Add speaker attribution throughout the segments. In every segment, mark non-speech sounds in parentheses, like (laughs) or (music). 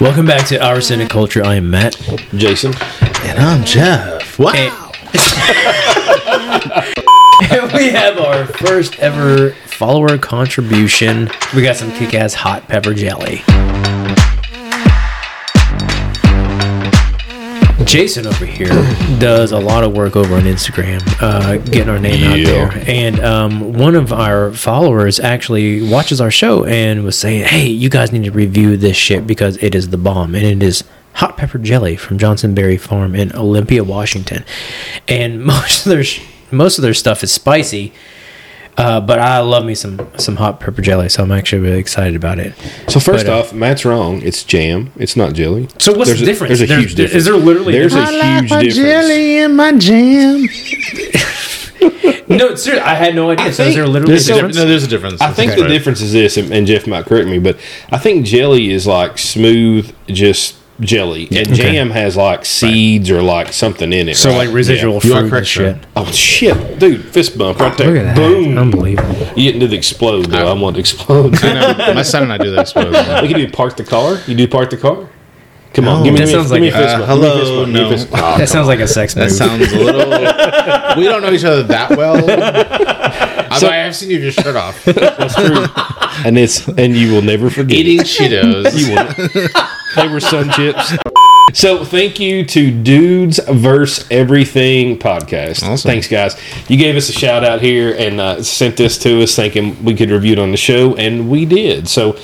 Speaker 1: Welcome back to Our Cine Culture. I am Matt.
Speaker 2: Jason.
Speaker 3: And I'm Jeff. Wow.
Speaker 1: And (laughs) we have our first ever follower contribution. We got some kick ass hot pepper jelly. Jason over here does a lot of work over on Instagram, uh, getting our name out
Speaker 2: Yeah.
Speaker 1: there. And um, one of our followers actually watches our show and was saying, "Hey, you guys need to review this shit because it is the bomb, and it is hot pepper jelly from Johnson Berry Farm in Olympia, Washington." And (laughs) most of their sh- most of their stuff is spicy. Uh, but I love me some some hot pepper jelly, so I'm actually really excited about it.
Speaker 2: So first
Speaker 1: But, uh,
Speaker 2: off, Matt's wrong. It's jam. It's not jelly.
Speaker 1: So what's
Speaker 2: There's
Speaker 1: the
Speaker 2: a-
Speaker 1: difference?
Speaker 2: There's a
Speaker 1: There-
Speaker 2: huge
Speaker 1: there-
Speaker 2: difference.
Speaker 1: is there literally a
Speaker 2: there's a
Speaker 3: I like
Speaker 2: huge
Speaker 3: my
Speaker 2: difference.
Speaker 3: jelly and my jam.
Speaker 1: No, seriously, I had no idea. so is
Speaker 2: think
Speaker 1: there literally a
Speaker 2: there's a
Speaker 1: difference?
Speaker 4: no, there's a difference.
Speaker 2: I think
Speaker 4: Okay.
Speaker 2: the difference is this, and, and Jeff might correct me, but I think jelly is like smooth, just jelly, and jam has like seeds or like something in it.
Speaker 1: so
Speaker 2: right?
Speaker 1: like residual
Speaker 2: Yeah.
Speaker 1: fruit
Speaker 4: are
Speaker 1: and
Speaker 4: correct, sir.
Speaker 1: shit.
Speaker 2: Oh shit, dude! Fist bump right there.
Speaker 1: Look at that. Oh.
Speaker 2: Boom!
Speaker 1: Unbelievable.
Speaker 2: You didn't do the explode though. I want to explode.
Speaker 1: (laughs)
Speaker 4: I know. My son and I do that. exposure.
Speaker 2: we can do park the car. You do park the car. Come on, give me,
Speaker 1: That
Speaker 2: give me-
Speaker 1: sounds
Speaker 2: give me
Speaker 1: like
Speaker 2: a fist
Speaker 4: a-
Speaker 2: bump.
Speaker 4: uh,
Speaker 2: Give me a fist
Speaker 4: hello,
Speaker 2: bump. Give me a
Speaker 4: no.
Speaker 2: fist bump.
Speaker 1: That sounds like a sex move.
Speaker 4: That sounds a little. We don't know each other that (laughs) well. I, I have seen you with your shirt off,
Speaker 2: (laughs) and it's and you will never forget. it.
Speaker 4: eating Cheetos. (laughs)
Speaker 2: They were sun chips. (laughs) So thank you to Dudes Verse Everything podcast.
Speaker 4: Awesome.
Speaker 2: Thanks, guys. You gave us a shout out here and uh, sent this to us, thinking we could review it on the show, and we did. So.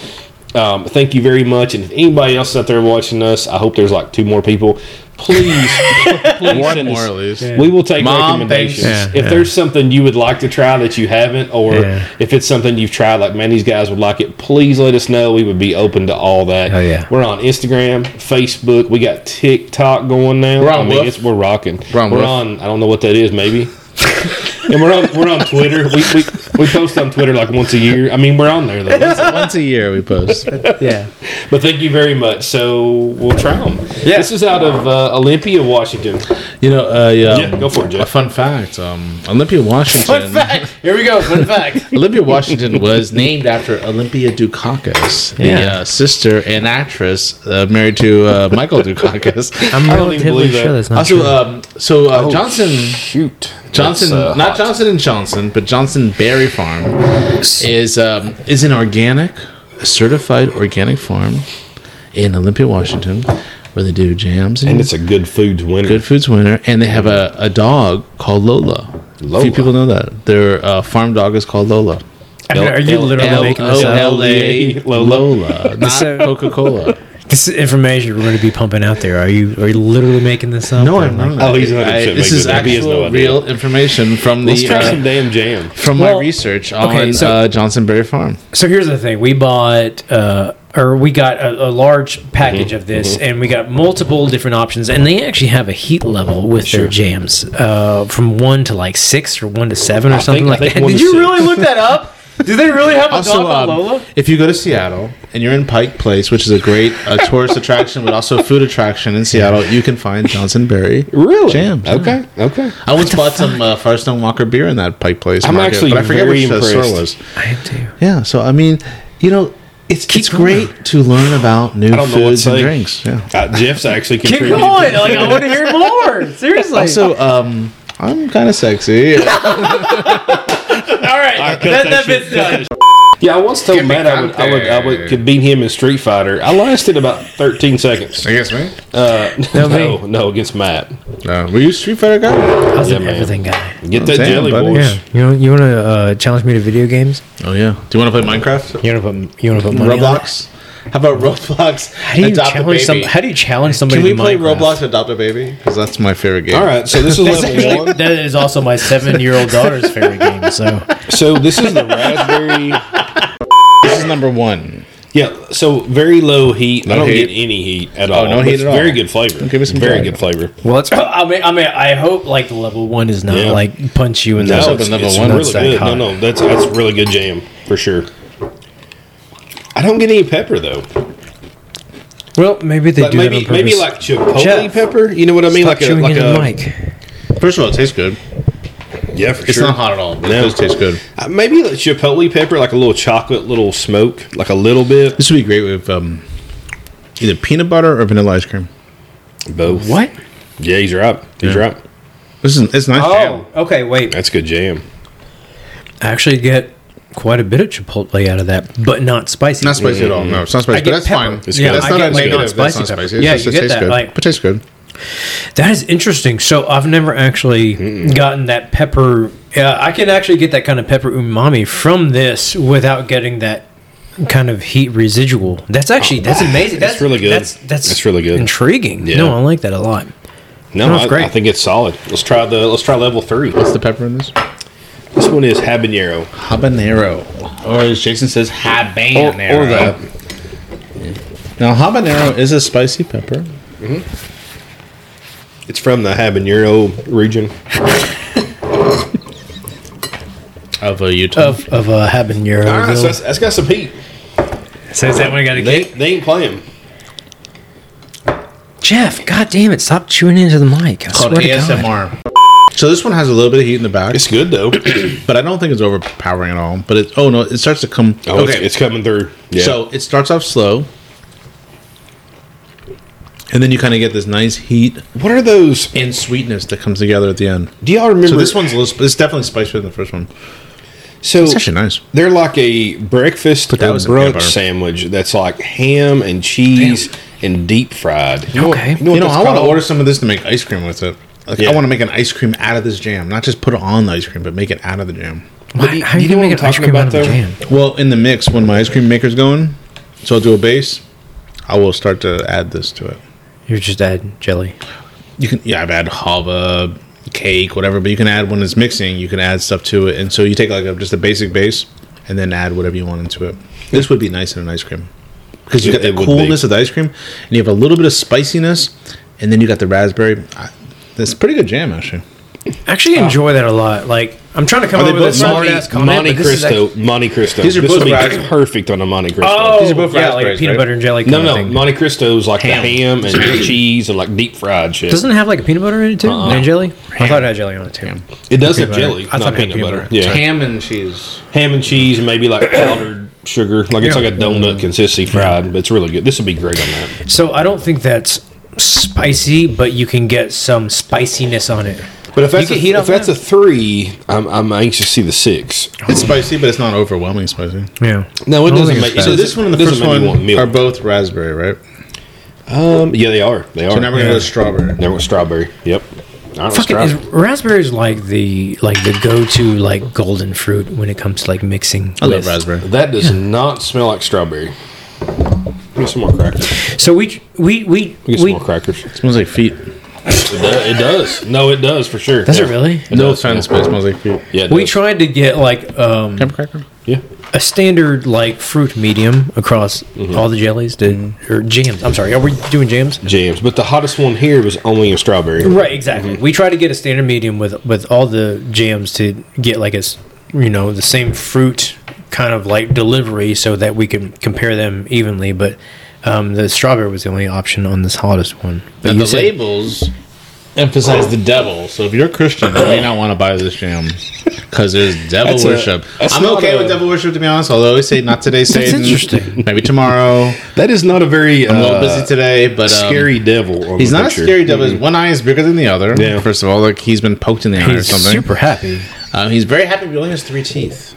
Speaker 2: Um, thank you very much, and if anybody else out there watching us, I hope there's like two more people. Please, (laughs) please
Speaker 4: One
Speaker 2: send us-
Speaker 4: more at least.
Speaker 2: We will take
Speaker 4: Mom,
Speaker 2: recommendations.
Speaker 1: thanks. Yeah,
Speaker 2: if
Speaker 1: yeah.
Speaker 2: there's something you would like to try that you haven't, or
Speaker 1: Yeah.
Speaker 2: if it's something you've tried, like man, these guys would like it, please let us know. We would be open to all that.
Speaker 1: Oh, yeah.
Speaker 2: We're on Instagram, Facebook. We got TikTok going now.
Speaker 4: We're on
Speaker 2: I mean,
Speaker 4: Woof.
Speaker 2: it's, we're rocking.
Speaker 4: We're on Woof.
Speaker 2: I don't know what that is. Maybe. (laughs) and we're on we're on Twitter. We, we we post on Twitter like once a year. I mean, we're on there though.
Speaker 4: (laughs)
Speaker 2: That's-
Speaker 4: Once a year we post.
Speaker 1: yeah.
Speaker 2: But thank you very much. So we'll try them.
Speaker 1: Yeah.
Speaker 2: This is out of uh, Olympia, Washington.
Speaker 4: You know, uh, yeah,
Speaker 2: Yeah, go for it, Jeff.
Speaker 4: A fun fact: um, Olympia, Washington.
Speaker 1: Here we go. Fun fact.
Speaker 4: Olympia Washington was named after Olympia Dukakis, the
Speaker 1: Yeah.
Speaker 4: uh, sister and actress uh, married to uh, Michael Dukakis.
Speaker 1: I'm
Speaker 2: I don't even
Speaker 1: relatively
Speaker 2: believe
Speaker 1: sure
Speaker 2: that.
Speaker 1: that's not
Speaker 4: also,
Speaker 1: true.
Speaker 4: um, so uh,
Speaker 2: Oh,
Speaker 4: Johnson,
Speaker 2: Shoot.
Speaker 4: Johnson,
Speaker 2: That's, uh,
Speaker 4: not Johnson and Johnson, but Johnson Berry Farm is um, is an organic, certified organic farm in Olympia, Washington, where they do jams
Speaker 2: And it's a good foods winner.
Speaker 4: Good Foods winner, and they have a, a dog called Lola.
Speaker 2: Lola.
Speaker 4: Few people know that their uh, farm dog is called Lola.
Speaker 1: I mean, are you literally making this up?
Speaker 4: L-O-L-A, Lola, not
Speaker 1: So-
Speaker 4: Coca Cola.
Speaker 1: This is information we're going to be pumping out there. Are you are you literally making this up?
Speaker 4: No,
Speaker 1: Or
Speaker 4: I'm
Speaker 1: like-
Speaker 4: not.
Speaker 2: (laughs) Oh, he's 100%
Speaker 4: I-
Speaker 2: making
Speaker 4: This is
Speaker 2: it up. He has
Speaker 4: actual
Speaker 2: no idea.
Speaker 4: real information from
Speaker 2: Let's
Speaker 4: the
Speaker 2: try
Speaker 4: uh,
Speaker 2: some damn jam.
Speaker 4: from
Speaker 1: Well,
Speaker 4: my research on
Speaker 1: okay, so-
Speaker 4: uh, Johnson Berry Farm.
Speaker 1: So here's the thing: we bought uh, or we got a, a large package
Speaker 2: Mm-hmm.
Speaker 1: of this, and we got multiple different options, and they actually have a heat level with their jams, uh, from one to like six or one to seven or something
Speaker 2: I
Speaker 1: like
Speaker 2: think
Speaker 1: that.
Speaker 2: one
Speaker 1: Did
Speaker 2: to
Speaker 1: you
Speaker 2: six.
Speaker 1: really look that up? Do they really have a
Speaker 4: Also,
Speaker 1: dog called
Speaker 4: um,
Speaker 1: Lola?
Speaker 4: if you go to Seattle and you're in Pike Place, which is a great (laughs) uh, tourist attraction, but also food attraction in Seattle, you can find Johnson Berry
Speaker 2: Really?
Speaker 4: jams.
Speaker 2: Okay. Okay.
Speaker 4: I once bought some uh, Firestone Walker beer in that Pike Place.
Speaker 2: I'm actually very
Speaker 4: uh, store
Speaker 2: impressed.
Speaker 1: I am too.
Speaker 4: Yeah, so I mean, you know, it's it's
Speaker 1: going.
Speaker 4: great to learn about new
Speaker 2: don't know what
Speaker 4: foods
Speaker 2: to
Speaker 4: and
Speaker 2: say.
Speaker 4: drinks. Yeah.
Speaker 2: Uh, Jeff's actually
Speaker 1: Keep
Speaker 2: contributed.
Speaker 1: going. Like I want to hear
Speaker 2: (laughs)
Speaker 1: more. Seriously.
Speaker 4: Also, um, I'm kind of (laughs) sexy.
Speaker 1: all right, that,
Speaker 2: cut that
Speaker 1: that
Speaker 2: shit.
Speaker 1: bit's done.
Speaker 2: Yeah, I once told
Speaker 4: Give me
Speaker 2: Matt I would, I would I would
Speaker 4: contact.
Speaker 2: could beat him in Street Fighter. I lasted about 13 seconds.
Speaker 4: guess me.
Speaker 2: Uh,
Speaker 1: No,
Speaker 2: no,
Speaker 1: me.
Speaker 2: no, against Matt.
Speaker 4: No, were you a Street Fighter guy?
Speaker 1: I was
Speaker 2: Yeah,
Speaker 1: an
Speaker 2: man.
Speaker 1: everything guy.
Speaker 2: Get
Speaker 4: I'm
Speaker 2: that
Speaker 4: saying,
Speaker 2: jelly,
Speaker 4: buddy.
Speaker 2: boys.
Speaker 1: Yeah, you you want to uh, challenge me to video games?
Speaker 4: Oh yeah. Do you want to play Minecraft?
Speaker 1: You want to put you want to put money on it?
Speaker 4: Roblox. How about Roblox?
Speaker 1: How do you
Speaker 4: adopt a
Speaker 1: challenge some?
Speaker 4: baby.
Speaker 1: How do you challenge somebody?
Speaker 4: Can we
Speaker 1: to
Speaker 4: play
Speaker 1: Minecraft? (laughs)
Speaker 4: Roblox Adopt a Baby? Because that's my favorite game.
Speaker 2: All right, so this is level
Speaker 1: Actually,
Speaker 2: one.
Speaker 1: that is also my seven-year-old daughter's favorite game. So
Speaker 2: So this is the raspberry.
Speaker 4: This is number one.
Speaker 2: Yeah, so very low heat. I
Speaker 4: No
Speaker 2: don't
Speaker 4: heat.
Speaker 2: get any heat at all.
Speaker 4: Oh, no
Speaker 2: but
Speaker 4: heat
Speaker 2: it's
Speaker 4: at all.
Speaker 2: Very good flavor.
Speaker 4: Give me some
Speaker 2: very
Speaker 4: jelly.
Speaker 2: good flavor.
Speaker 1: well, it's, (laughs) I mean, I mean, I hope like the level one is not
Speaker 2: Yeah.
Speaker 1: like punch you in the.
Speaker 2: No,
Speaker 4: something
Speaker 2: it's,
Speaker 4: level
Speaker 2: it's
Speaker 4: one
Speaker 2: really
Speaker 1: that's that
Speaker 2: good.
Speaker 1: hot.
Speaker 2: No, no, that's that's really good jam for sure. I don't get any pepper though.
Speaker 1: Well, maybe they
Speaker 2: Like
Speaker 1: do
Speaker 2: maybe
Speaker 1: that on purpose.
Speaker 2: maybe like chipotle
Speaker 1: Jeff,
Speaker 2: pepper. You know what I mean?
Speaker 1: Stop
Speaker 2: Like a
Speaker 1: chewing
Speaker 2: like
Speaker 1: into the
Speaker 2: a
Speaker 1: mic.
Speaker 4: First of all, it tastes good.
Speaker 2: yeah, for
Speaker 4: It's
Speaker 2: sure.
Speaker 4: not hot at all. But
Speaker 2: No.
Speaker 4: It does taste good.
Speaker 2: Uh, Maybe like chipotle pepper, like a little chocolate, little smoke, like a little bit.
Speaker 4: This would be great with um,
Speaker 5: Either peanut butter or vanilla ice cream.
Speaker 2: Both.
Speaker 1: What?
Speaker 2: Yeah, he's right. He's
Speaker 5: Yeah.
Speaker 2: right.
Speaker 5: This is it's nice.
Speaker 1: Oh, okay, wait.
Speaker 2: That's good jam.
Speaker 1: I actually get quite a bit of chipotle out of that, but not spicy.
Speaker 5: Not spicy at
Speaker 4: Mm-hmm.
Speaker 5: all. No, it's not spicy.
Speaker 1: I
Speaker 5: But
Speaker 1: get
Speaker 5: that's
Speaker 1: pepper.
Speaker 5: fine.
Speaker 1: It's
Speaker 2: good.
Speaker 5: That's
Speaker 2: I
Speaker 5: not
Speaker 1: get,
Speaker 5: a
Speaker 1: like,
Speaker 5: negative.
Speaker 1: not
Speaker 5: that's
Speaker 1: spicy
Speaker 5: not
Speaker 1: pepper.
Speaker 5: spicy. It's
Speaker 1: Yeah,
Speaker 5: just-
Speaker 1: you
Speaker 5: it
Speaker 1: get
Speaker 5: tastes
Speaker 1: that,
Speaker 5: good.
Speaker 1: like-
Speaker 5: but tastes good.
Speaker 1: That is interesting. So I've never actually gotten that pepper. Uh, I can actually get that kind of pepper umami from this without getting that kind of heat residual. That's actually that's amazing.
Speaker 2: That's
Speaker 1: That's,
Speaker 2: really good.
Speaker 1: That's that's,
Speaker 2: That's really good.
Speaker 1: Intriguing.
Speaker 2: Yeah.
Speaker 1: No, I like that a lot.
Speaker 2: No,
Speaker 1: No, it's
Speaker 2: I,
Speaker 1: great.
Speaker 2: I think it's solid. Let's try the let's try level three.
Speaker 4: What's the pepper in this?
Speaker 2: This one is habanero.
Speaker 4: Habanero. Or as Jason says,
Speaker 2: Or,
Speaker 4: habanero.
Speaker 2: or the
Speaker 4: Now, habanero is a spicy pepper.
Speaker 2: it's from the habanero region.
Speaker 4: Of a Utah.
Speaker 1: Of of a habanero.
Speaker 2: All right, so
Speaker 1: really.
Speaker 2: that's, that's got some heat.
Speaker 1: So is that what I got to
Speaker 2: They they ain't playing.
Speaker 1: Jeff, god damn it! Stop chewing into the mic. I
Speaker 4: called
Speaker 1: swear to God.
Speaker 4: ASMR.
Speaker 5: So this one has a little bit of heat in the back,
Speaker 2: It's good though. oh,
Speaker 5: but I don't think it's overpowering at all. But it, oh no, it starts to come.
Speaker 2: Oh, it's, it's coming through. Yeah.
Speaker 5: So it starts off slow, and then you kind of get this nice heat
Speaker 2: what are those?
Speaker 5: and sweetness that comes together at the end.
Speaker 2: Do y'all remember
Speaker 5: So this one's a little, sp- it's definitely spicier than the first one.
Speaker 2: So
Speaker 5: It's actually nice.
Speaker 2: They're like a breakfast
Speaker 5: that
Speaker 2: or
Speaker 5: was in peanut
Speaker 2: brunch
Speaker 5: butter.
Speaker 2: sandwich that's like ham and cheese and deep fried. You know what-
Speaker 1: Okay.
Speaker 2: what
Speaker 5: You know,
Speaker 2: that's
Speaker 5: I want to
Speaker 2: called?
Speaker 5: order some of this to make ice cream with it. Like
Speaker 2: Yeah.
Speaker 5: I want to make an ice cream out of this jam, not just put it on the ice cream, but make it out of the jam.
Speaker 1: Why,
Speaker 2: But you-
Speaker 1: how are you,
Speaker 2: you know
Speaker 1: gonna
Speaker 2: what
Speaker 1: make an
Speaker 2: I'm
Speaker 1: ice cream
Speaker 2: talking
Speaker 1: out of
Speaker 2: about,
Speaker 1: a
Speaker 2: though?
Speaker 1: jam?
Speaker 5: Well, in the mix, when my ice cream maker's going, so I'll do a base. I will start to add this to it.
Speaker 1: You're just adding jelly.
Speaker 5: You can, yeah, I've added hava, cake, whatever, but you can add when it's mixing. You can add stuff to it, and so you take like a, just a basic base, and then add whatever you want into it. This would be nice in an ice cream because you
Speaker 2: It-
Speaker 5: got the
Speaker 2: it would
Speaker 5: coolness
Speaker 2: be.
Speaker 5: of the ice cream, and you have a little bit of spiciness, and then you got the raspberry. I, that's a pretty good jam, actually.
Speaker 1: Actually, enjoy that a lot. Like I'm trying to come
Speaker 5: Are they
Speaker 1: up with a
Speaker 5: both
Speaker 1: smart ass comment.
Speaker 2: Monte
Speaker 1: but this is
Speaker 2: Cristo, Monte Cristo.
Speaker 5: These are
Speaker 2: this
Speaker 5: both
Speaker 2: would be
Speaker 5: raspberry-
Speaker 2: perfect on a Monte Cristo.
Speaker 1: Oh,
Speaker 5: These are both
Speaker 1: yeah, like
Speaker 5: raspberries,
Speaker 1: peanut
Speaker 5: right?
Speaker 1: butter and jelly.
Speaker 2: no,
Speaker 1: kind of
Speaker 2: no,
Speaker 1: thing.
Speaker 2: Monte Cristo's like the ham and cheese and like deep fried shit.
Speaker 1: Doesn't it have like a peanut butter in it too? And jelly? Uh-huh. I thought it had jelly on it too.
Speaker 2: it does have
Speaker 1: butter.
Speaker 2: jelly,
Speaker 1: I thought
Speaker 2: not
Speaker 1: it had
Speaker 2: peanut
Speaker 1: peanut
Speaker 2: butter.
Speaker 1: butter.
Speaker 2: Yeah,
Speaker 4: Ham and cheese.
Speaker 2: ham and cheese and maybe like powdered sugar. Like it's
Speaker 1: Yeah.
Speaker 2: like a donut consistency fried, but it's really good. This would be great on that.
Speaker 1: So I don't think that's spicy, but you can get some spiciness on it.
Speaker 2: But if that's
Speaker 1: You
Speaker 2: a,
Speaker 1: could heat
Speaker 2: if
Speaker 1: up
Speaker 2: that's
Speaker 1: now.
Speaker 2: a three, I'm, I'm anxious to see the six.
Speaker 5: It's spicy, but it's not overwhelming spicy.
Speaker 1: Yeah.
Speaker 2: No, it
Speaker 1: don't
Speaker 2: doesn't
Speaker 1: think
Speaker 2: make.
Speaker 1: it's
Speaker 5: So this one and the first one are
Speaker 2: milk.
Speaker 5: both raspberry, right?
Speaker 2: Um, yeah, they are. They are.
Speaker 5: So now we're gonna go to strawberry.
Speaker 2: There went strawberry. Yep. I don't
Speaker 1: Fucking
Speaker 2: strawberry.
Speaker 1: is raspberries like the like the go to like golden fruit when it comes to like mixing.
Speaker 5: I love
Speaker 1: with-
Speaker 5: raspberry.
Speaker 2: that does not smell like strawberry. Give me some more crackers.
Speaker 1: So we we we,
Speaker 2: Give me some
Speaker 1: we
Speaker 2: more crackers. It
Speaker 5: smells like feet.
Speaker 2: does, it does. No, it does for sure.
Speaker 1: Does it
Speaker 2: Yeah.
Speaker 1: really?
Speaker 5: No
Speaker 2: does,
Speaker 5: offense, but it smells like feet.
Speaker 2: Yeah. It
Speaker 1: we
Speaker 2: does.
Speaker 1: tried to get like um
Speaker 5: Pepper cracker.
Speaker 2: Yeah.
Speaker 1: a standard like fruit medium across all the jellies to, or jams. I'm sorry, are we doing jams?
Speaker 2: Jams, but the hottest one here was only a strawberry.
Speaker 1: Right, exactly.
Speaker 4: Mm-hmm.
Speaker 1: We try to get a standard medium with with all the jams to get like a s- you know the same fruit kind of like delivery so that we can compare them evenly. But um, the strawberry was the only option on this hottest one. But
Speaker 4: And
Speaker 1: you
Speaker 4: the
Speaker 1: said-
Speaker 4: labels emphasize the devil. So if you're Christian, you may not want to buy this jam because there's devil
Speaker 2: That's a-
Speaker 4: worship.
Speaker 2: that's
Speaker 4: I'm
Speaker 2: not
Speaker 4: okay
Speaker 2: a-
Speaker 4: with devil worship to be honest. Although we say not today, Satan.
Speaker 1: interesting.
Speaker 4: Maybe tomorrow.
Speaker 2: That is not a very uh,
Speaker 4: I'm a little busy today, but um,
Speaker 2: scary devil. On
Speaker 4: He's
Speaker 2: the
Speaker 4: not
Speaker 2: picture.
Speaker 4: a scary devil. His one eye is bigger than the other.
Speaker 2: Yeah.
Speaker 4: First of all, like he's been poked in the eye or
Speaker 1: he's
Speaker 4: something.
Speaker 1: super happy.
Speaker 4: Um, he's very happy. But he only has three teeth.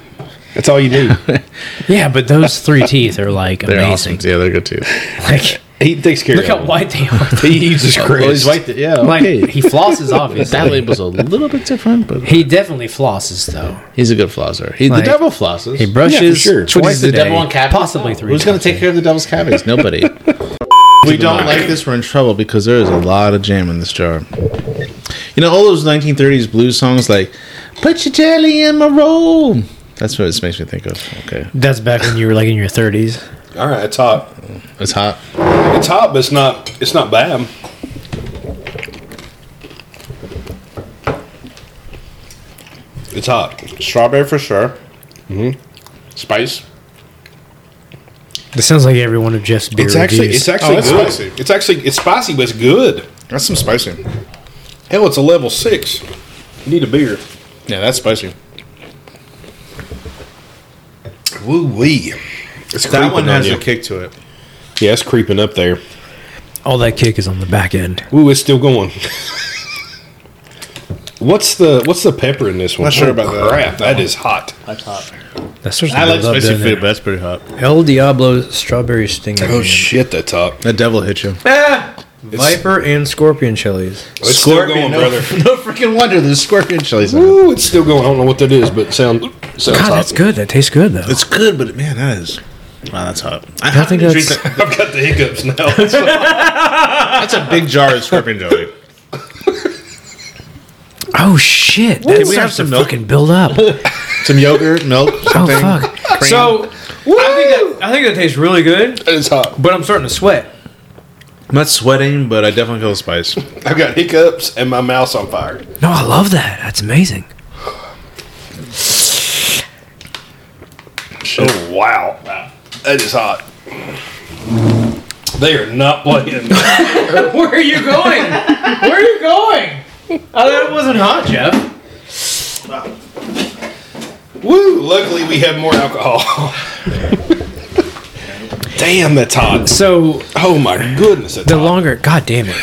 Speaker 2: That's all you need.
Speaker 1: Yeah, but those three
Speaker 4: (laughs)
Speaker 1: teeth are like
Speaker 4: They're
Speaker 1: amazing.
Speaker 4: awesome. Yeah, they're good teeth.
Speaker 1: Like
Speaker 2: (laughs) he takes care
Speaker 1: look
Speaker 2: of
Speaker 1: how white they
Speaker 4: (laughs)
Speaker 1: are.
Speaker 2: He Jesus Christ.
Speaker 4: Well, (laughs) he's white. Yeah.
Speaker 1: Like
Speaker 4: Okay.
Speaker 1: he flosses obviously.
Speaker 4: that label's a little bit different,
Speaker 1: (laughs)
Speaker 4: but
Speaker 1: He definitely flosses though.
Speaker 4: he's a good flosser. He,
Speaker 1: Like-
Speaker 4: the devil flosses.
Speaker 1: He brushes
Speaker 2: Yeah, for sure. But
Speaker 1: twice
Speaker 4: he's the
Speaker 1: a day,
Speaker 4: devil on capital?
Speaker 1: possibly three.
Speaker 4: Who's going to
Speaker 1: times a
Speaker 4: take care of the devil's cavities?
Speaker 5: (laughs)
Speaker 4: Nobody. if we don't like this,
Speaker 5: We're in trouble because there is a lot of jam in this jar. You know, all those 1930s blues songs like "Put Your Jelly in My Roll." That's what this makes me think of. Okay,
Speaker 1: day? That's back when you were like in your thirties.
Speaker 2: All right, it's hot.
Speaker 5: it's hot.
Speaker 2: It's hot, but it's not. It's not bad. It's hot.
Speaker 5: Strawberry for sure. Mm-hmm. Spice.
Speaker 1: This sounds like every one of Jeff's beer
Speaker 2: It's actually.
Speaker 1: reviews.
Speaker 2: It's actually
Speaker 5: Oh, it's
Speaker 2: good.
Speaker 5: spicy.
Speaker 2: It's actually. It's spicy, but it's good.
Speaker 5: That's some spicy.
Speaker 2: Hell, it's a level six. You need a beer.
Speaker 5: Yeah, that's spicy.
Speaker 2: Woo wee. It's
Speaker 5: That one
Speaker 2: on
Speaker 5: has
Speaker 2: you.
Speaker 5: a kick to it.
Speaker 2: Yeah, it's creeping up there.
Speaker 1: All that kick is on the back end.
Speaker 2: Ooh, it's still going. (laughs) what's the what's the pepper in this one?
Speaker 5: Not sure about that.
Speaker 2: crap, that is hot.
Speaker 5: That's hot.
Speaker 1: That starts to
Speaker 5: I like
Speaker 1: build up,
Speaker 5: spicy
Speaker 1: doesn't
Speaker 5: food,
Speaker 1: it?
Speaker 5: but that's pretty hot.
Speaker 1: El Diablo strawberry sting.
Speaker 2: Oh shit, that's hot.
Speaker 5: That devil hit you.
Speaker 1: Viper and scorpion chilies.
Speaker 2: It's still going,
Speaker 5: no, (laughs)
Speaker 2: brother.
Speaker 5: No freaking wonder there's scorpion chilies. in it.
Speaker 2: Ooh, it's still going. I don't know what that is, but it sound sounds
Speaker 1: God,
Speaker 2: hot.
Speaker 1: that's good. That tastes good though.
Speaker 5: It's good, but man, that is. Wow, that's hot. I,
Speaker 1: I think
Speaker 5: drink
Speaker 1: that's-
Speaker 5: that-
Speaker 2: I've got the hiccups (laughs) now.
Speaker 5: That's a big jar of scorpion jelly.
Speaker 1: Oh shit!
Speaker 5: Can
Speaker 1: That starts
Speaker 5: we have
Speaker 1: to
Speaker 5: some milk?
Speaker 1: fucking build up.
Speaker 5: (laughs)
Speaker 1: oh
Speaker 5: Some yogurt, milk, something.
Speaker 1: fuck!
Speaker 5: cream.
Speaker 1: think that, I think that tastes really good,
Speaker 2: it's hot.
Speaker 1: but I'm starting to sweat.
Speaker 5: I'm not sweating, but I definitely feel the spice.
Speaker 2: I've got hiccups and my mouth's on fire.
Speaker 1: No, I love that. That's amazing.
Speaker 2: Oh wow, that is hot. They are not (laughs) playing.
Speaker 1: Where are you going? Where are you going? I thought it wasn't hot, Jeff.
Speaker 2: Woo! Luckily, we have more (laughs) alcohol. Damn, that's hot.
Speaker 1: So
Speaker 2: Oh my goodness, that's
Speaker 1: the
Speaker 2: hot.
Speaker 1: longer, god damn it,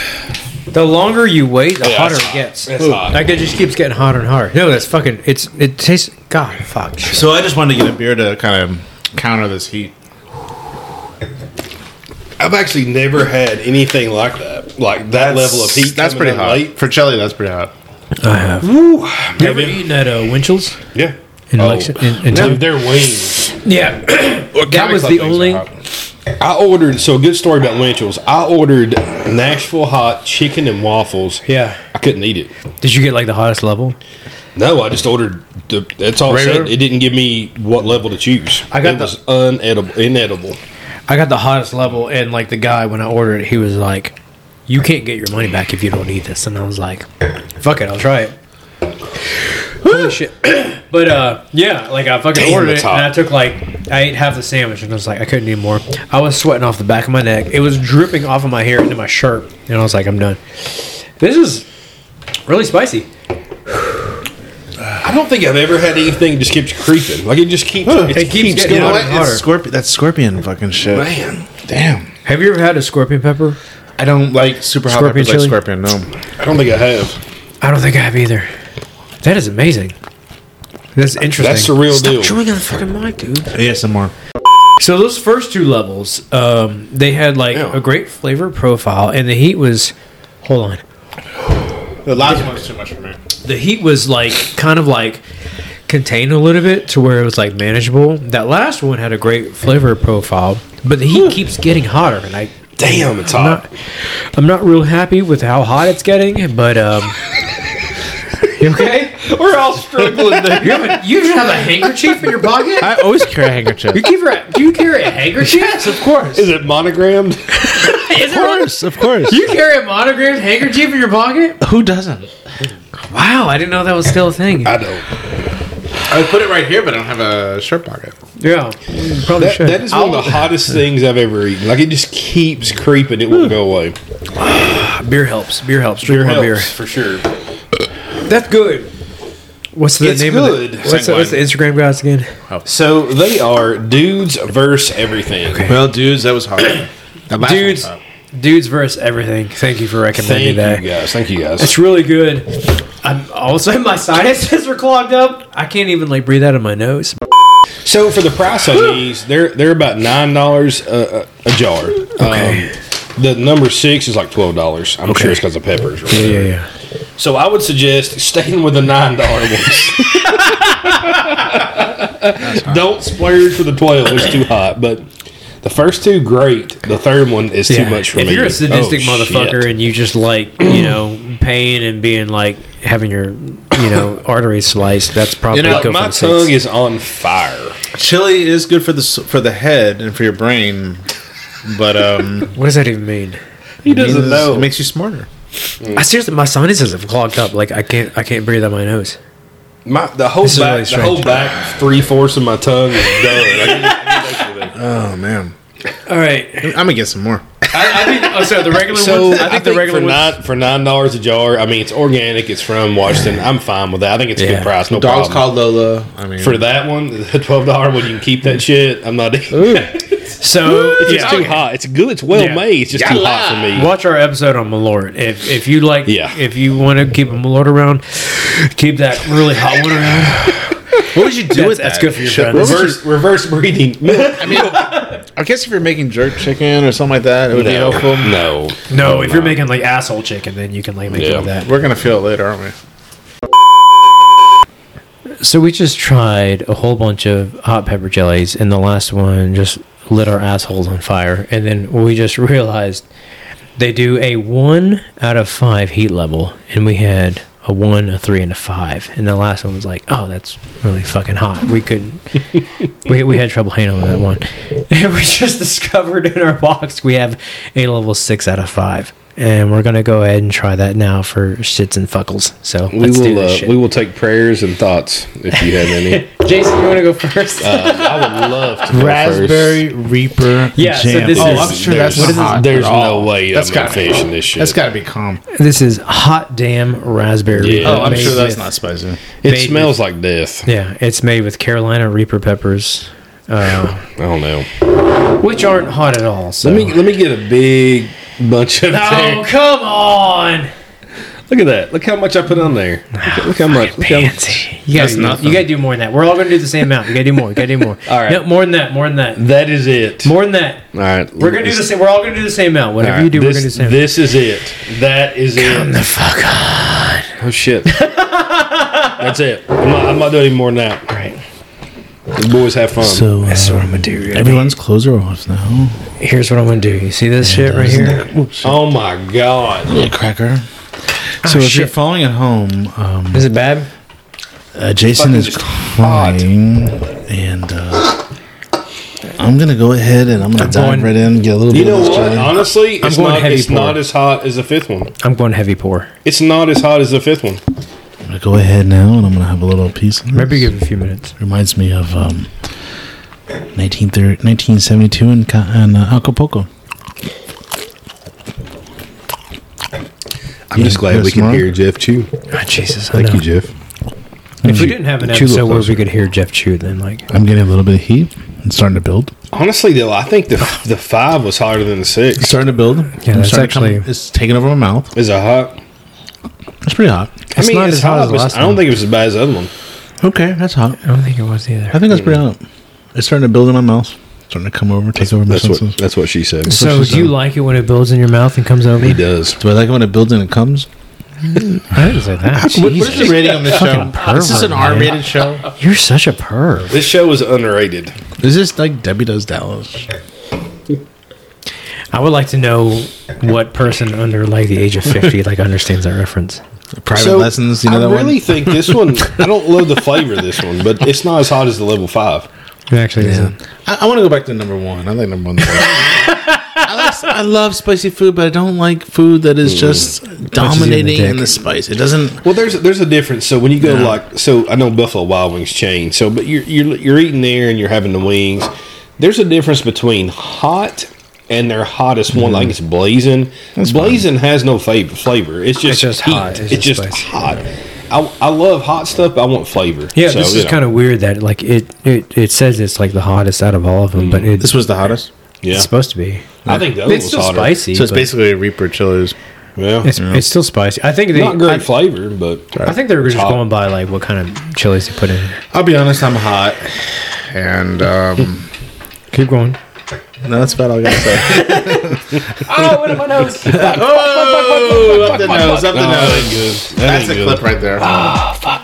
Speaker 1: the longer you wait, the
Speaker 2: Yeah,
Speaker 1: hotter
Speaker 2: that's
Speaker 1: it gets.
Speaker 2: That's hot.
Speaker 1: Like it just keeps getting hotter and hotter. No, that's fucking. It's it tastes. God, fuck.
Speaker 5: so I just wanted to get a beer to kind of counter this heat.
Speaker 2: I've actually never had anything like that. Like that level of heat.
Speaker 5: That's
Speaker 2: coming
Speaker 5: pretty
Speaker 2: in
Speaker 5: hot.
Speaker 2: late.
Speaker 5: For chili, that's pretty hot.
Speaker 1: I have.
Speaker 2: Woo.
Speaker 1: You ever eaten at uh, Winchell's
Speaker 2: Yeah.
Speaker 1: in
Speaker 2: Oh.
Speaker 1: Lexington? In, in
Speaker 2: Dude, their wings.
Speaker 1: yeah, that was the only.
Speaker 2: I ordered. So a good story about Winchell's. I ordered Nashville hot chicken and waffles.
Speaker 1: Yeah.
Speaker 2: I couldn't eat it.
Speaker 1: Did you get like the hottest level?
Speaker 2: No, I just ordered. The, that's all it said.
Speaker 1: Regular?
Speaker 2: It didn't give me what level to choose.
Speaker 1: I got
Speaker 2: it
Speaker 1: the-
Speaker 2: was unedible, inedible.
Speaker 1: I got the hottest level, and like the guy when I ordered it, he was like, "You can't get your money back if you don't eat this." And I was like, "Fuck it, I'll try it." Holy shit! (coughs) but uh, yeah, like I fucking
Speaker 2: Damn,
Speaker 1: ordered
Speaker 2: it's
Speaker 1: it,
Speaker 2: hot.
Speaker 1: and I took like I ate half the sandwich, and I was like, I couldn't eat more. I was sweating off the back of my neck; it was dripping off of my hair into my shirt, and I was like, I'm done. This is really spicy.
Speaker 2: I don't think I've ever had anything that just keeps creeping. Like it just keeps. It,
Speaker 1: It keeps
Speaker 2: keeps,
Speaker 1: getting
Speaker 2: going.
Speaker 1: hotter.
Speaker 5: What? It's scorpion. That's scorpion fucking shit.
Speaker 2: Man,
Speaker 5: Damn.
Speaker 1: Have you ever had a scorpion pepper?
Speaker 5: I don't like super hot
Speaker 1: Scorpion
Speaker 5: peppers like scorpion.
Speaker 1: chili?
Speaker 5: No.
Speaker 2: I don't think I have.
Speaker 1: I don't think I have either. That is amazing. That's interesting.
Speaker 2: That's the real
Speaker 1: Stop
Speaker 2: deal.
Speaker 1: chewing on the fucking mic, dude.
Speaker 5: ASMR.
Speaker 1: So those first two levels, um, they had like
Speaker 2: Yeah.
Speaker 1: a great flavor profile, and the heat was. Hold on.
Speaker 5: The last one's too much for (laughs) me.
Speaker 1: The heat was like kind of like contained a little bit to where it was like manageable. That last one had a great flavor profile, but the heat keeps getting hotter, and I.
Speaker 2: Damn, it's
Speaker 1: I'm
Speaker 2: hot.
Speaker 1: not, I'm not real happy with how hot it's getting, but um, you okay?
Speaker 2: We're all struggling. to-
Speaker 1: You, have a, you just have a handkerchief in your pocket.
Speaker 4: (laughs)
Speaker 5: I always carry a (laughs) handkerchief.
Speaker 1: You keep her. Do you carry a handkerchief? Yes, of course.
Speaker 2: Is it monogrammed?
Speaker 1: Is it really-
Speaker 5: of course.
Speaker 1: You carry a monogrammed handkerchief in your pocket?
Speaker 5: Who doesn't?
Speaker 1: Wow, I didn't know that was still a thing.
Speaker 2: I don't.
Speaker 5: I would put it right here, but I don't have a shirt pocket.
Speaker 1: (laughs) Yeah, you probably
Speaker 2: That,
Speaker 1: should.
Speaker 2: that is one of the (laughs) hottest things I've ever eaten. Like it just keeps creeping. It won't go away.
Speaker 1: Uh, beer helps. Beer helps. Drink more Hmm. beer.
Speaker 2: Helps, for sure.
Speaker 1: That's good. What's the
Speaker 2: It's
Speaker 1: name
Speaker 2: good.
Speaker 1: of the, what's, the, what's the Instagram guys again?
Speaker 2: So they are dudes verse everything.
Speaker 5: Well, dudes, that was hard.
Speaker 1: Dudes, dudes versus everything. Thank you for recommending
Speaker 2: Thank
Speaker 1: that.
Speaker 2: you guys. Thank you guys.
Speaker 1: It's really good. I'm also (laughs) my sinuses are clogged up. I can't even like breathe out of my nose.
Speaker 2: So for the price of these, they're they're about nine dollars a, a jar.
Speaker 1: Okay.
Speaker 2: Um, the number six is like twelve dollars. I'm sure it's because of peppers. or whatever.
Speaker 1: yeah.
Speaker 2: So I would suggest staying with the nine
Speaker 1: (laughs)
Speaker 2: dollar ones. Don't splurge for the twelve; it's too hot. But the first two, great. The third one is too much for
Speaker 1: if
Speaker 2: me.
Speaker 1: you're a sadistic
Speaker 2: Oh,
Speaker 1: motherfucker
Speaker 2: shit.
Speaker 1: and you just
Speaker 5: (clears throat)
Speaker 1: like you know pain and being like having your you know arteries sliced, that's probably
Speaker 2: you know,
Speaker 1: go
Speaker 2: my
Speaker 1: for the
Speaker 2: tongue
Speaker 1: six.
Speaker 2: is on fire.
Speaker 5: Chili is good for the s- for the head and for your brain, but um,
Speaker 1: What does that even mean?
Speaker 2: He doesn't
Speaker 5: it
Speaker 2: know.
Speaker 5: makes you smarter.
Speaker 2: Mm.
Speaker 1: I seriously, my sinuses have clogged up. Like I can't, I can't breathe out my nose.
Speaker 2: My, the whole
Speaker 1: is really
Speaker 2: back, the whole
Speaker 1: strange.
Speaker 2: back three fourths of my tongue is done. I can't- I can't take it.
Speaker 5: Oh man,
Speaker 1: All right,
Speaker 5: I'm gonna get some more. I, I think oh, so. The regular
Speaker 2: So
Speaker 5: ones. I think the regular
Speaker 2: for
Speaker 5: ones.
Speaker 2: nine for nine dollars a jar. I mean, it's organic. It's from Washington. I'm fine with that. I think it's a
Speaker 1: Yeah.
Speaker 2: good price. No
Speaker 5: Dogs
Speaker 2: problem.
Speaker 5: called Lola. I mean,
Speaker 2: Um, for that one, the twelve dollar one. You can keep that shit. I'm not. (laughs)
Speaker 1: So
Speaker 2: It's
Speaker 1: yeah.
Speaker 2: too hot. It's good. It's well
Speaker 1: Yeah.
Speaker 2: made. It's just too hot for me.
Speaker 1: Watch our episode on Malort. If if you like,
Speaker 2: Yeah.
Speaker 1: if you want to keep a Malort around, keep that really hot one around.
Speaker 5: what would you do
Speaker 1: That's,
Speaker 5: with
Speaker 1: that's
Speaker 5: that?
Speaker 1: good for your friends.
Speaker 2: Reverse reverse (laughs) breeding.
Speaker 4: I mean, I guess if you're making jerk chicken or something like that, it would be
Speaker 2: No.
Speaker 4: helpful.
Speaker 2: No.
Speaker 1: No, if you're making like asshole chicken, then you can like make it
Speaker 2: Yeah.
Speaker 1: with that.
Speaker 4: We're gonna feel it later, aren't we?
Speaker 1: So we just tried a whole bunch of hot pepper jellies, and the last one just lit our assholes on fire. And then we just (laughs) realized they do a one out of five heat level, and we had a one, a three, and a five. And the last one was like, "Oh, that's really fucking hot." We
Speaker 2: (laughs)
Speaker 1: couldn't. we we had trouble handling that one. (laughs) And we just discovered in our box we have a level six out of five. And we're gonna go ahead and try that now for shits and fuckles. So
Speaker 2: We
Speaker 1: let's do
Speaker 2: will.
Speaker 1: this
Speaker 2: Uh,
Speaker 1: shit.
Speaker 2: we will take prayers and thoughts if you have (laughs) any. Uh,
Speaker 1: Jason, you want to go (laughs) first?
Speaker 2: I would love to. go
Speaker 4: Raspberry Reaper
Speaker 1: Yeah, so
Speaker 4: jam.
Speaker 1: this
Speaker 4: oh,
Speaker 1: is-
Speaker 4: I'm sure that's
Speaker 2: there's,
Speaker 4: not hot
Speaker 2: There's
Speaker 4: at all.
Speaker 2: no way
Speaker 4: That's
Speaker 2: I'm not
Speaker 4: gotta be
Speaker 2: finishing this shit.
Speaker 4: That's got to be calm.
Speaker 1: This is hot damn raspberry.
Speaker 2: Yeah. Oh,
Speaker 5: I'm
Speaker 1: Made
Speaker 5: sure that's
Speaker 1: with-
Speaker 5: not spicy.
Speaker 2: it
Speaker 1: made-
Speaker 2: smells like death.
Speaker 1: Yeah, it's made with Carolina Reaper peppers, uh,
Speaker 2: I don't know.
Speaker 1: which aren't hot at all. So.
Speaker 2: Let me let me get a big bunch (laughs)
Speaker 1: (laughs)
Speaker 2: of.
Speaker 1: Oh
Speaker 2: there.
Speaker 1: come on!
Speaker 2: Look at that. Look how much I put on there. Look, look how much. Look how,
Speaker 1: Pansy. You gotta,
Speaker 5: That's
Speaker 1: do-
Speaker 5: nothing.
Speaker 1: you gotta do more than that. We're all gonna do the same amount. You gotta do more. You gotta do more.
Speaker 2: All right.
Speaker 1: No, more than that. More than that.
Speaker 2: that is it.
Speaker 1: More than that.
Speaker 2: All right.
Speaker 1: We're gonna do the same. We're all gonna do the same amount. Whatever you do,
Speaker 2: this,
Speaker 1: we're gonna do the same.
Speaker 2: This is it. That is it.
Speaker 1: the fuck up.
Speaker 2: Oh shit. That's it. I'm not, I'm not doing any more than that.
Speaker 1: Right.
Speaker 2: The boys have fun.
Speaker 4: So uh,
Speaker 1: That's what I'm gonna do.
Speaker 4: everyone's clothes are off now.
Speaker 1: Here's what I'm gonna do. You see this shit right here?
Speaker 2: oh my god.
Speaker 4: Yeah, cracker. So if you're following at home, um,
Speaker 1: Is it bad?
Speaker 4: uh, Jason is crying, and uh, I'm gonna go ahead and I'm gonna dive
Speaker 1: going-
Speaker 4: right in, get a little
Speaker 2: You
Speaker 4: bit
Speaker 2: know
Speaker 4: of this
Speaker 2: what?
Speaker 4: jelly.
Speaker 2: Honestly, it's
Speaker 1: going
Speaker 2: not
Speaker 1: heavy
Speaker 2: it's
Speaker 1: pour.
Speaker 2: not as hot as the fifth one.
Speaker 1: I'm going heavy pour.
Speaker 2: It's not as hot as the fifth one.
Speaker 4: I'm gonna go ahead now, and I'm gonna have a little piece. Of this.
Speaker 1: Maybe give it a few minutes.
Speaker 4: reminds me of um, 1930 1972 in, Ca- in uh, Acapulco.
Speaker 5: I'm just glad we can hear Jeff chew.
Speaker 1: Ah, Jesus, I
Speaker 5: Thank
Speaker 1: know.
Speaker 5: you, Jeff.
Speaker 1: If we didn't have an
Speaker 5: Chew a
Speaker 1: episode
Speaker 5: little
Speaker 1: where we could hear Jeff chew, then like
Speaker 4: I'm getting a little bit of heat. It's starting to build.
Speaker 2: Honestly though, I think the the five was hotter than the
Speaker 4: It's
Speaker 2: six.
Speaker 4: starting to build.
Speaker 1: Yeah,
Speaker 4: I'm
Speaker 1: that's
Speaker 4: starting to come-
Speaker 1: actually-
Speaker 4: it's taking over my mouth.
Speaker 2: Is it hot?
Speaker 4: It's pretty hot.
Speaker 1: It's not as hot as
Speaker 2: but
Speaker 1: last
Speaker 2: I don't
Speaker 1: one.
Speaker 2: think it was as bad as the other one.
Speaker 4: Okay, that's hot.
Speaker 1: I don't think it was either.
Speaker 4: I think that's pretty hot. It's starting to build in my mouth. It's starting to come over, take over my
Speaker 2: That's what
Speaker 4: senses.
Speaker 2: that's what she said.
Speaker 1: So, do you like it when it builds in your mouth and comes over?
Speaker 2: He does.
Speaker 4: Do I like it when it builds and it comes?
Speaker 1: I didn't say that.
Speaker 4: What- what is the rating on this show?
Speaker 1: pervert,
Speaker 4: is this an
Speaker 1: man.
Speaker 4: R-rated show?
Speaker 1: You're such a perv.
Speaker 2: This show is underrated.
Speaker 4: Is this like Debbie Does Dallas?
Speaker 1: I would like to know what person under like the age of (laughs) fifty like understands that reference.
Speaker 4: Private
Speaker 2: So,
Speaker 4: lessons, you know
Speaker 2: I
Speaker 4: that
Speaker 2: really
Speaker 4: one?
Speaker 2: think this
Speaker 4: (laughs)
Speaker 2: one. I don't love the flavor of this one, but it's not as hot as the level five.
Speaker 1: It actually
Speaker 4: Yeah.
Speaker 1: isn't.
Speaker 4: I, I want to go back to number one. I like number (laughs) one. the best. I, like, I love spicy food, but I don't like food that is just dominating in
Speaker 1: dick.
Speaker 4: the spice. It doesn't.
Speaker 2: Well, there's there's a difference. So when you go like, so I know Buffalo Wild Wings chain. So, but you're you're you're eating there and you're having the wings. There's a difference between hot and their hottest one.
Speaker 4: Mm-hmm.
Speaker 2: Like it's blazing. blazing has no flavor. Flavor. It's just
Speaker 1: just
Speaker 2: heat.
Speaker 1: hot.
Speaker 2: It's,
Speaker 1: It's just
Speaker 2: just,
Speaker 1: spicy.
Speaker 2: hot. I, I love hot stuff. But I want flavor.
Speaker 1: Yeah, this is kind
Speaker 2: of
Speaker 1: of weird that like it, it it says it's like the hottest out of all of them, but it,
Speaker 4: was the hottest.
Speaker 2: yeah.
Speaker 1: it's supposed to be.
Speaker 2: I think the other
Speaker 1: Mm. It's
Speaker 2: was
Speaker 1: still
Speaker 2: hotter.
Speaker 1: spicy.
Speaker 4: So it's
Speaker 1: but
Speaker 4: basically a Reaper Chili's.
Speaker 2: Yeah,
Speaker 1: it's, it's still spicy. I think they
Speaker 2: not great
Speaker 1: I,
Speaker 2: flavor, but
Speaker 1: I think they were just
Speaker 2: hot.
Speaker 1: going by like what kind of chilies they put in.
Speaker 5: I'll be honest, I'm hot. And um,
Speaker 1: Keep going.
Speaker 4: (laughs) No, that's about all I gotta say. (laughs)
Speaker 1: Oh, what my nose?
Speaker 5: oh, up the nose, up the
Speaker 2: No, that
Speaker 5: nose.
Speaker 2: ain't good. Oh, That
Speaker 5: That's
Speaker 2: ain't
Speaker 5: a
Speaker 2: good.
Speaker 5: clip right there.